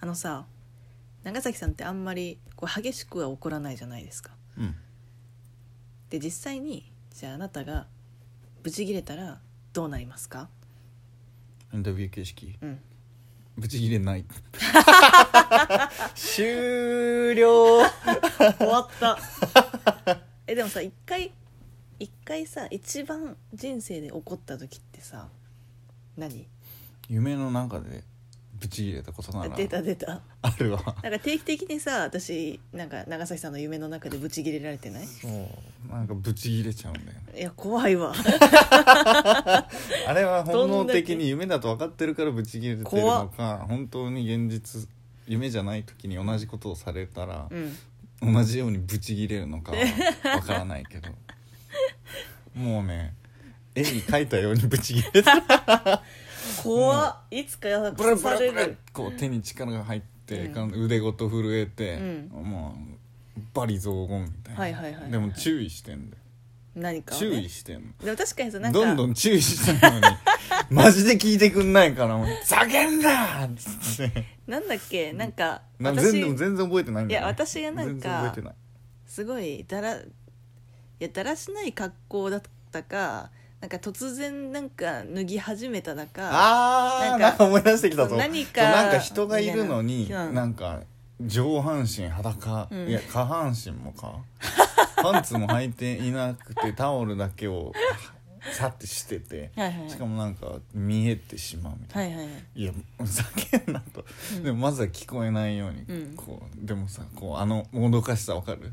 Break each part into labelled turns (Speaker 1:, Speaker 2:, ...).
Speaker 1: あのさ長崎さんってあんまりこう激しくは怒らないじゃないですか
Speaker 2: うん
Speaker 1: で実際にじゃああなたがブチギレたらどうなりますか
Speaker 2: インタビュー形式
Speaker 1: うん
Speaker 2: ブチ切れ ない終了
Speaker 1: 終わった えでもさ一回一回さ一番人生で怒った時ってさ何
Speaker 2: 夢の中でブチ切れたことなら
Speaker 1: 出た出た
Speaker 2: あるわ
Speaker 1: なんか定期的にさ私なんか長崎さんの夢の中でブチギレられてない
Speaker 2: そうなんかブチ切れちゃうんだよね
Speaker 1: いや怖いわ
Speaker 2: あれは本能
Speaker 1: ど
Speaker 2: 的
Speaker 1: んだけ
Speaker 2: に夢だと分かってるからブチ切れてる
Speaker 1: 怖
Speaker 2: のか本当に現実夢じゃない時に同じことをされたら
Speaker 1: う、ん
Speaker 2: 同じようにブチ切れるのかは分からない けどもうね絵に描いたようにブチ切れて
Speaker 1: 怖っいつかや
Speaker 2: ブラ
Speaker 1: 崩
Speaker 2: ブ
Speaker 1: さ
Speaker 2: ラ
Speaker 1: れ
Speaker 2: ブラ
Speaker 1: る
Speaker 2: こう手に力が入って、
Speaker 1: う
Speaker 2: 腕ごと震えて、
Speaker 1: う
Speaker 2: もうバリ雑言みたいな、
Speaker 1: はいはいはいはい
Speaker 2: でも注意してんだよ
Speaker 1: 何かをね
Speaker 2: 注意してん
Speaker 1: でも確かにさな
Speaker 2: の
Speaker 1: んか
Speaker 2: どんどん注意してんのに マジで聞いてくんないからもう「ざけんな!」っつって
Speaker 1: なんだっけなんか
Speaker 2: な
Speaker 1: 私
Speaker 2: 全然全然覚えてないんだよ、ね、
Speaker 1: いや私がなんか
Speaker 2: 全然覚えてない
Speaker 1: すごいだらいやだらしない格好だったかなんか突然なんか脱ぎ始めただかな
Speaker 2: あー
Speaker 1: んか
Speaker 2: なんか思い出してきたぞ
Speaker 1: 何か
Speaker 2: そうなんか人がいるのに
Speaker 1: みたいなうん
Speaker 2: なんか上半身裸、
Speaker 1: うん
Speaker 2: いや下半身 もかパンツも履いていなくてタオルだけをさってしてて
Speaker 1: はいはいはい
Speaker 2: しかもなんか見えてしまうみた
Speaker 1: はいい
Speaker 2: な、
Speaker 1: はいはい
Speaker 2: い、やもうふざけんなと、でもまずは聞こえないように、
Speaker 1: うん
Speaker 2: こうでもさこうあのもどかしさわかる、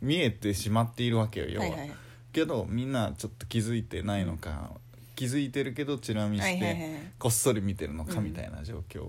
Speaker 2: 見えてしまっているわけよ要は。
Speaker 1: はいはい
Speaker 2: けどみんなちょっと気づいてないのか、気づいてるけどチラ見して、
Speaker 1: はいはいはい
Speaker 2: こっそり見てるのか
Speaker 1: うん
Speaker 2: みたいな状況、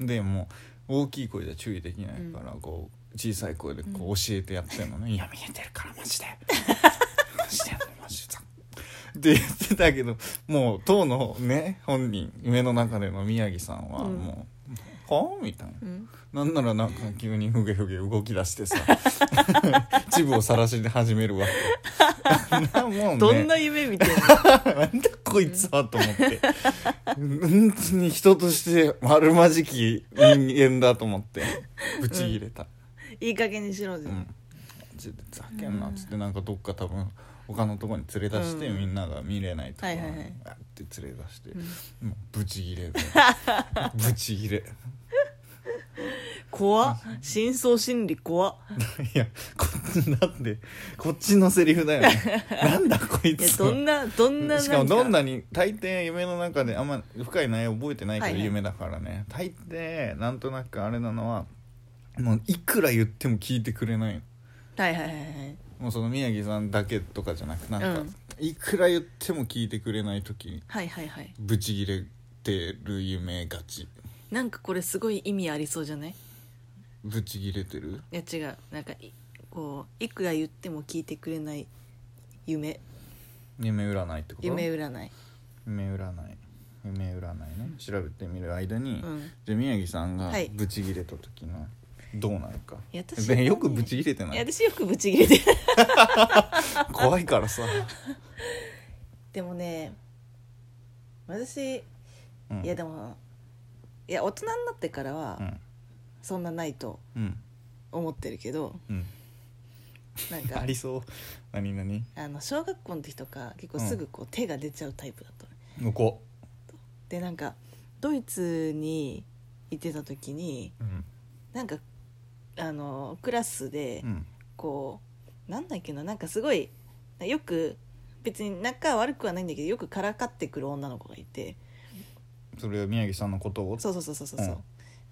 Speaker 2: でもう大きい声じゃ注意できないから、こう小さい声でこう教えてやってんのね「いや見えてるからマ ジでマジでマジで」って言ってたけどもう当のね本人夢の中での宮城さんは
Speaker 1: うん
Speaker 2: もう「はあ?」みたいな。
Speaker 1: うん
Speaker 2: なんならなんか急にふげふげ動き出して さチブを晒しで始めるわけ んなもんね
Speaker 1: どんな夢見て るの
Speaker 2: なんだこいつはと思って本当に人として丸まじき人間だと思ってブチ切れた、
Speaker 1: いい加減にしろじ
Speaker 2: う
Speaker 1: ゃ
Speaker 2: ん
Speaker 1: ん
Speaker 2: ちょっとざけんなっつってなんかどっか多分他のとこに連れ出して、
Speaker 1: うん
Speaker 2: みんなが見れないところに
Speaker 1: はいはいはい
Speaker 2: あって連れ出して、
Speaker 1: ん
Speaker 2: もうブチ切れでブチ切れ
Speaker 1: 怖っ深層心理怖っ
Speaker 2: いやこなんでこっちのセリフだよねなんだこい
Speaker 1: いや
Speaker 2: つ
Speaker 1: どんなどんななん
Speaker 2: しかもどんなに大抵夢の中であんま深い内容覚えてないけど
Speaker 1: はいはい
Speaker 2: 夢だからね、大抵なんとなくあれなのはもういくら言っても聞いてくれないの
Speaker 1: はいはいはいはい
Speaker 2: もうその宮城さんだけとかじゃなくなんか、
Speaker 1: うん
Speaker 2: いくら言っても聞いてくれない時に
Speaker 1: はいはいはい
Speaker 2: ブチギレてる夢がち
Speaker 1: なんかこれすごい意味ありそうじゃない
Speaker 2: ブチギレてる
Speaker 1: いや違うなんかいこういくら言っても聞いてくれない夢
Speaker 2: 夢占いってこと
Speaker 1: 夢占い
Speaker 2: 夢占い夢占いね調べてみる間に、
Speaker 1: うん
Speaker 2: じゃあ宮城さんが
Speaker 1: はい
Speaker 2: ブチギレた時のどうなるか、
Speaker 1: いや私はね
Speaker 2: ね、よくブチギレてないい
Speaker 1: や私よくブチギレてる
Speaker 2: 怖いからさ、
Speaker 1: でもね私
Speaker 2: うん、
Speaker 1: いやでもいや大人になってからは
Speaker 2: うん
Speaker 1: そんなないと
Speaker 2: うん
Speaker 1: 思ってるけど
Speaker 2: うん
Speaker 1: なんか
Speaker 2: ありそう何何
Speaker 1: あの小学校の時とか結構すぐこう手が出ちゃうタイプだったの
Speaker 2: 向こ
Speaker 1: でなんかドイツに行ってた時に
Speaker 2: ううん
Speaker 1: なんかあのクラスで
Speaker 2: うん
Speaker 1: こうなんだっけななんかすごいよく別に仲悪くはないんだけどよくからかってくる女の子がいて
Speaker 2: それは宮城さんのことを
Speaker 1: そうそうそうそうそう、う
Speaker 2: うん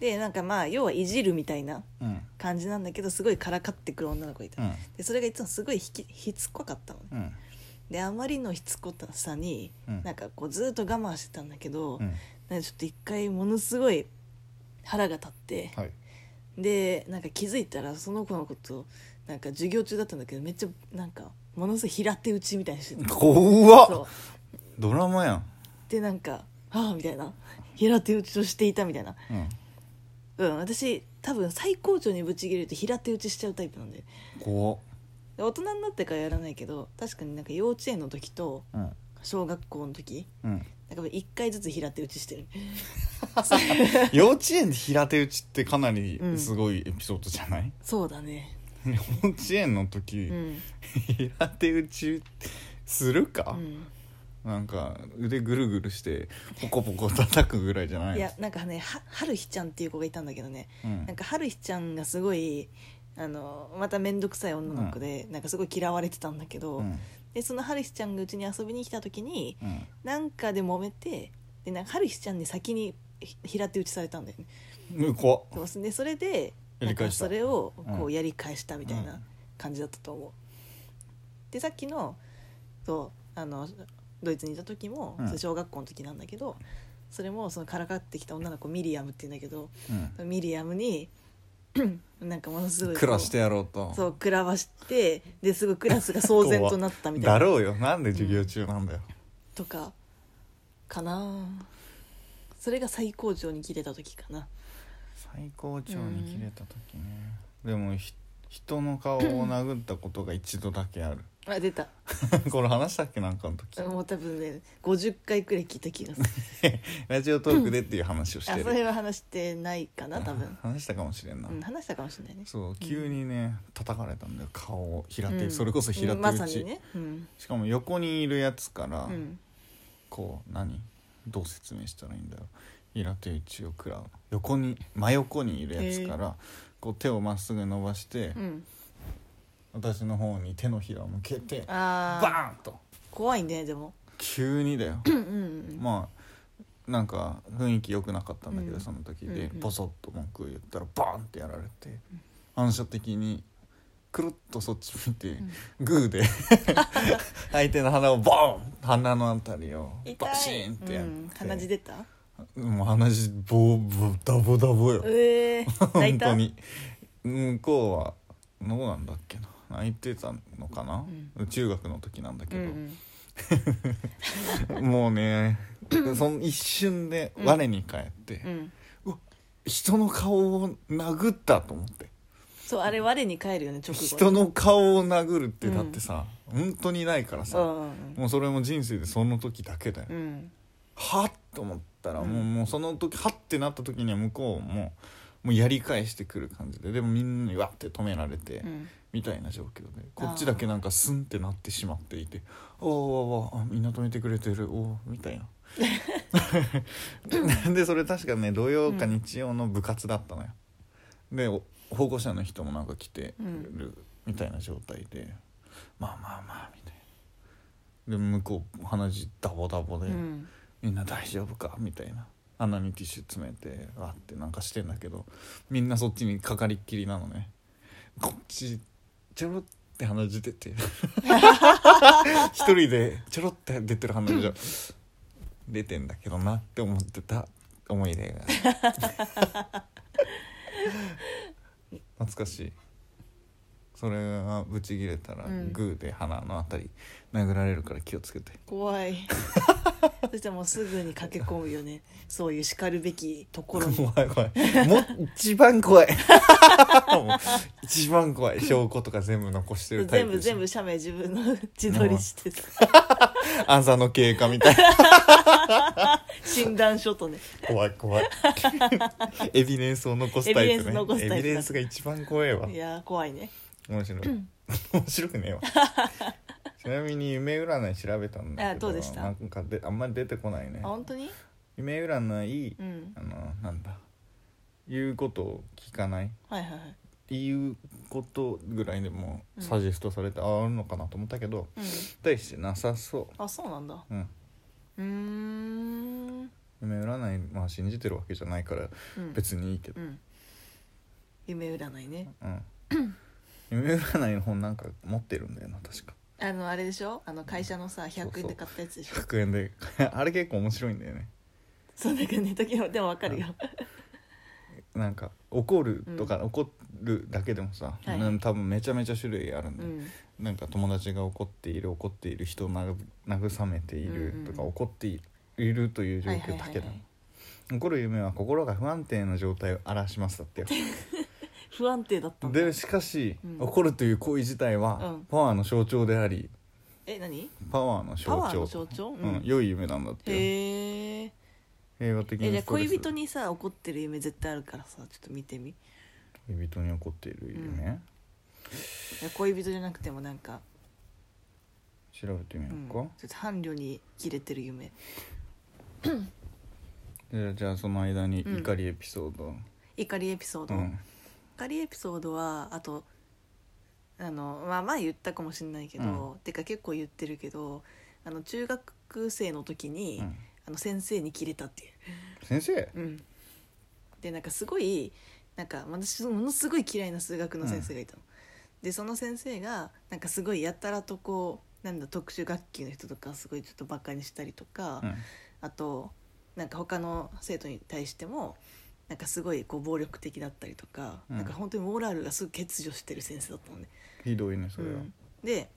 Speaker 1: でなんかまあ要はいじるみたいな
Speaker 2: うん
Speaker 1: 感じなんだけどすごいからかってくる女の子がいた、
Speaker 2: うん
Speaker 1: でそれがいつもすごいひきひつこかったのね
Speaker 2: うん
Speaker 1: であまりのしつこさに、
Speaker 2: うん
Speaker 1: なんかこうずっと我慢してたんだけど、
Speaker 2: うん
Speaker 1: なんかちょっと一回ものすごい腹が立って、
Speaker 2: はい
Speaker 1: でなんか気づいたらその子のことなんか授業中だったんだけどめっちゃなんかものすごい平手打ちみたいにしてた
Speaker 2: 怖っ
Speaker 1: そう
Speaker 2: ドラマやん
Speaker 1: でなんか「ああ」みたいな平手打ちをしていたみたいな
Speaker 2: うん
Speaker 1: うん私多分最高潮にぶち切れると平手打ちしちゃうタイプなんで
Speaker 2: 怖っ
Speaker 1: で大人になってからやらないけど確かになんか幼稚園の時と
Speaker 2: うん
Speaker 1: 小学校の時
Speaker 2: うん
Speaker 1: なんか1回ずつ平手打ちしてる
Speaker 2: 幼稚園で平手打ちってかなり
Speaker 1: うん
Speaker 2: すごいエピソードじゃない、
Speaker 1: そうだね
Speaker 2: 幼稚園の時、
Speaker 1: うん、
Speaker 2: 平手打ちする
Speaker 1: う
Speaker 2: か、
Speaker 1: ん、
Speaker 2: なんか腕ぐるぐるしてポコポコ叩くぐらいじゃない
Speaker 1: いやなんかねははるひちゃんっていう子がいたんだけどね
Speaker 2: うん
Speaker 1: なんかはるひちゃんがすごいあのまた面倒くさい女の子で、なんかすごい嫌われてたんだけど、
Speaker 2: うん
Speaker 1: でそのはるひちゃんがうちに遊びに来た時に
Speaker 2: うん
Speaker 1: なんかで揉めてでなんかはるひちゃんに先にひ平手打ちされたんだよね
Speaker 2: うん怖っ
Speaker 1: そうでそれで
Speaker 2: やり返した
Speaker 1: それをこ
Speaker 2: う
Speaker 1: うんやり返したみたいうなん感じだったと思う、でさっきのそうあのドイツにいた時も、
Speaker 2: うん
Speaker 1: それ小学校の時なんだけどそれもそのからかってきた女の子ミリアムって言うんだけど
Speaker 2: うん
Speaker 1: ミリアム になんかものすごいこう
Speaker 2: 暮らしてやろうと
Speaker 1: そうくらわしてですごいクラスが騒然となったみた
Speaker 2: だ
Speaker 1: いな
Speaker 2: ろうよなんで授業中なんだよ、
Speaker 1: とかかなそれが最高潮に切れた時かな
Speaker 2: 最高潮に切れた時ね、でもひ人の顔を殴ったことが一度だけある
Speaker 1: あ出た
Speaker 2: これ話したっけなんかの時
Speaker 1: もう多分ね50回くらい聞いた気がする
Speaker 2: ラジオトークでっていう話をして
Speaker 1: あ
Speaker 2: る
Speaker 1: それは話してないかな多分
Speaker 2: 話したかもしれんな、
Speaker 1: うん話したかもしれないね
Speaker 2: そう急にね叩かれたんだよ顔を平手、
Speaker 1: うん
Speaker 2: それこそ平手打ち、
Speaker 1: まさにねうん、
Speaker 2: しかも横にいるやつから、
Speaker 1: うん、
Speaker 2: こう何どう説明したらいいんだろう平手打ちを食らう横に真横にいるやつからこう手をまっすぐ伸ばして、
Speaker 1: うん、
Speaker 2: 私の方に手のひらを向けて
Speaker 1: ああ
Speaker 2: バーンと
Speaker 1: 怖いねでも
Speaker 2: 急にだよ
Speaker 1: うんうん
Speaker 2: まあなんか雰囲気良くなかったんだけど、
Speaker 1: うん
Speaker 2: その時
Speaker 1: う
Speaker 2: で
Speaker 1: んうん
Speaker 2: ボソッと文句を言ったらバーンってやられて反射的にくるっとそっち見て、グ ーで相手の鼻をボーン鼻のあたりを
Speaker 1: 痛い
Speaker 2: バシーンってやっ
Speaker 1: うん、鼻血
Speaker 2: て、
Speaker 1: 出た
Speaker 2: もう鼻血ボーボーダボダボよ
Speaker 1: ええー、泣
Speaker 2: 本
Speaker 1: いた
Speaker 2: 当に向こうはどうなんだっけな泣いてたのかな、中学の時なんだけ
Speaker 1: うん
Speaker 2: ど、
Speaker 1: うん、
Speaker 2: もうねその一瞬で我に返って、
Speaker 1: うん、
Speaker 2: 人の顔を殴ったと思って
Speaker 1: そうあれ我に返るよね直後に
Speaker 2: 人の顔を殴るって
Speaker 1: うん
Speaker 2: だってさ、本当にないから
Speaker 1: う
Speaker 2: さ、
Speaker 1: んうん
Speaker 2: もうそれも人生でその時だけだよ、
Speaker 1: うんうん
Speaker 2: はっと思ったら、
Speaker 1: うん
Speaker 2: もうもうその時はってなった時には向こうももうやり返してくる感じででもみんなにわって止められて、
Speaker 1: うん
Speaker 2: みたいな状況でこっちだけなんかスンってなってしまっていて「おーおーおーあみんな止めてくれてるおー みたいなでそれ確かね土曜か日曜の部活だったのよ、でお保護者の人もなんか来てるみたいな状態で、まあまあまあみたいなで向こう鼻血ダボダボで、
Speaker 1: うん
Speaker 2: みんな大丈夫かみたいな穴にティッシュ詰めてわってなんかしてんだけどみんなそっちにかかりっきりなのねこっちちょろって鼻血 出て一人でちょろって出てる鼻血が出てんだけどなって思ってた思い出が懐かしいそれがブチギレたら
Speaker 1: うん
Speaker 2: グーで鼻のあたり殴られるから気をつけて
Speaker 1: 怖 いそしてもうすぐに駆け込むよねそういう叱るべきところに
Speaker 2: 怖い怖いもう一番怖い もう一番怖い証拠とか全部残してるタイ
Speaker 1: 全
Speaker 2: プ
Speaker 1: 部
Speaker 2: でしょ
Speaker 1: 全部写名自分の自撮りしてさ
Speaker 2: あざの経過みたいな
Speaker 1: 診断書とね
Speaker 2: 怖い怖い エビデンスを残すタイ
Speaker 1: エビデン
Speaker 2: プね
Speaker 1: ス残すタイプだ
Speaker 2: エビデンスが一番怖いわ
Speaker 1: いやー怖いね
Speaker 2: 面白い、面白くねえわちなみに夢占い調べたんだけど
Speaker 1: あどうでした
Speaker 2: なんかであんまり出てこないね
Speaker 1: あ本当に
Speaker 2: 夢占い、
Speaker 1: うん
Speaker 2: あのなんだ言うことを聞かない
Speaker 1: はいはいはい
Speaker 2: いうことぐらいでも
Speaker 1: うん
Speaker 2: サジェストされて、ああるのかなと思ったけど
Speaker 1: うん
Speaker 2: 大してなさそ
Speaker 1: あそうなんだ
Speaker 2: う、うん、
Speaker 1: うーん
Speaker 2: 夢占いまあ信じてるわけじゃないから
Speaker 1: うん
Speaker 2: 別にいいけど
Speaker 1: う、ん夢占いね
Speaker 2: うん夢占いの本なんか持ってるんだよな確か
Speaker 1: あのあれでしょあの会社のさ
Speaker 2: そう
Speaker 1: 100円で買ったやつでしょ
Speaker 2: 100円で あれ結構面白いんだよね
Speaker 1: そうだけどね時々でもわかるよ
Speaker 2: なんか怒るとか、怒るだけでもさ、
Speaker 1: はい
Speaker 2: うん多分めちゃめちゃ種類あるん
Speaker 1: う
Speaker 2: だよ、
Speaker 1: ん
Speaker 2: なんか友達が怒っている怒っている人をなぐ慰めている
Speaker 1: うんうん
Speaker 2: とか、怒っているという状況だ
Speaker 1: はいはい
Speaker 2: け
Speaker 1: はい
Speaker 2: だ
Speaker 1: は
Speaker 2: も
Speaker 1: い
Speaker 2: ん怒る夢は心が不安定な状態を表しますだってよ
Speaker 1: 不安定だったんだ
Speaker 2: でしかし、
Speaker 1: うん
Speaker 2: 怒るという行為自体
Speaker 1: う
Speaker 2: は
Speaker 1: ん
Speaker 2: パワーの象徴であり
Speaker 1: え何
Speaker 2: パワーの象徴
Speaker 1: パワーの象徴
Speaker 2: う
Speaker 1: うんん
Speaker 2: 良い夢なんだってよ
Speaker 1: へえ
Speaker 2: 平和的
Speaker 1: え
Speaker 2: に
Speaker 1: じゃあ恋人
Speaker 2: に
Speaker 1: にさ怒ってる夢絶対あるからさちょっと見てみ
Speaker 2: 恋人に怒っている夢、
Speaker 1: いや恋人じゃなくてもなんか、
Speaker 2: 調べてみ
Speaker 1: う
Speaker 2: よ
Speaker 1: ん、
Speaker 2: う
Speaker 1: ちょ
Speaker 2: か
Speaker 1: っ、と伴侶に切れてる夢
Speaker 2: でじゃあその間に
Speaker 1: うん
Speaker 2: 怒りエピソード、
Speaker 1: 怒りエピソー
Speaker 2: う
Speaker 1: ド、
Speaker 2: ん
Speaker 1: 怒りエピソードはあとあのまあ前言ったかもしれないけど、
Speaker 2: う
Speaker 1: てか結構言ってるけどあの中学生の時に、
Speaker 2: うん
Speaker 1: あの先生にキレたっていう
Speaker 2: 先生
Speaker 1: うん、でなんかすごいなんか私ものすごい嫌いな数学の先生がいたの、でその先生がなんかすごいやたらとこうなんだ特殊学級の人とかすごいちょっとバカにしたりとか、
Speaker 2: うん
Speaker 1: あとなんか他の生徒に対してもなんかすごいこう暴力的だったりとか、
Speaker 2: うん
Speaker 1: なんか本当にモラルがすごい欠如してる先生だったのね
Speaker 2: ひどいねそれ
Speaker 1: う
Speaker 2: は、
Speaker 1: んで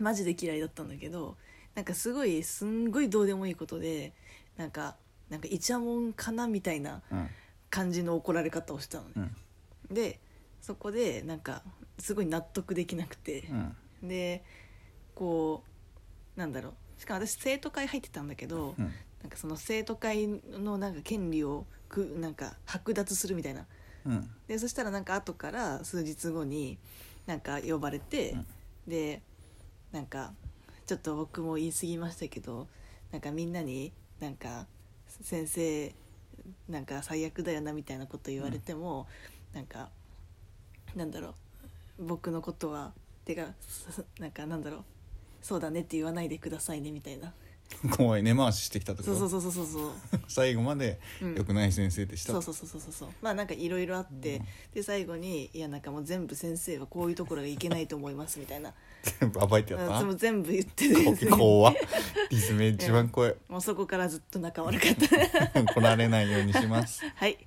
Speaker 1: マジで嫌いだったんだけどなんかすごいすんごいどうでもいいことでなんかなんかイチャモンかなみたいな
Speaker 2: うん
Speaker 1: 感じの怒られ方をしたのね、
Speaker 2: うん
Speaker 1: でそこでなんかすごい納得できなくて
Speaker 2: う、ん
Speaker 1: でこうなんだろうしかも私生徒会入ってたんだけど、
Speaker 2: うん
Speaker 1: なんかその生徒会のなんか権利をくなんか剥奪するみたいな
Speaker 2: うん
Speaker 1: でそしたらなんか後から数日後になんか呼ばれて、
Speaker 2: うん
Speaker 1: でなんかちょっと僕も言い過ぎましたけどなんかみんなになんか先生なんか最悪だよなみたいなこと言われても、なんかなんだろう僕のことはてかすなんかなんだろうそうだねって言わないでくださいねみたいな
Speaker 2: 怖い根回ししてきたってこ
Speaker 1: そう
Speaker 2: と
Speaker 1: そうそうそうそうそう
Speaker 2: 最後まで
Speaker 1: うん
Speaker 2: 良くない先生でした
Speaker 1: そうそうそうそうそうそうまあなんかいろいろあって、
Speaker 2: うん
Speaker 1: で最後に「いやなんかもう全部先生はこういうところがいけないと思います」みたいな
Speaker 2: 全部暴いてやった
Speaker 1: うん
Speaker 2: な
Speaker 1: 全部言っててですね
Speaker 2: こ怖っリズム一番怖い
Speaker 1: もうそこからずっと仲悪かった
Speaker 2: 来られないようにします
Speaker 1: はい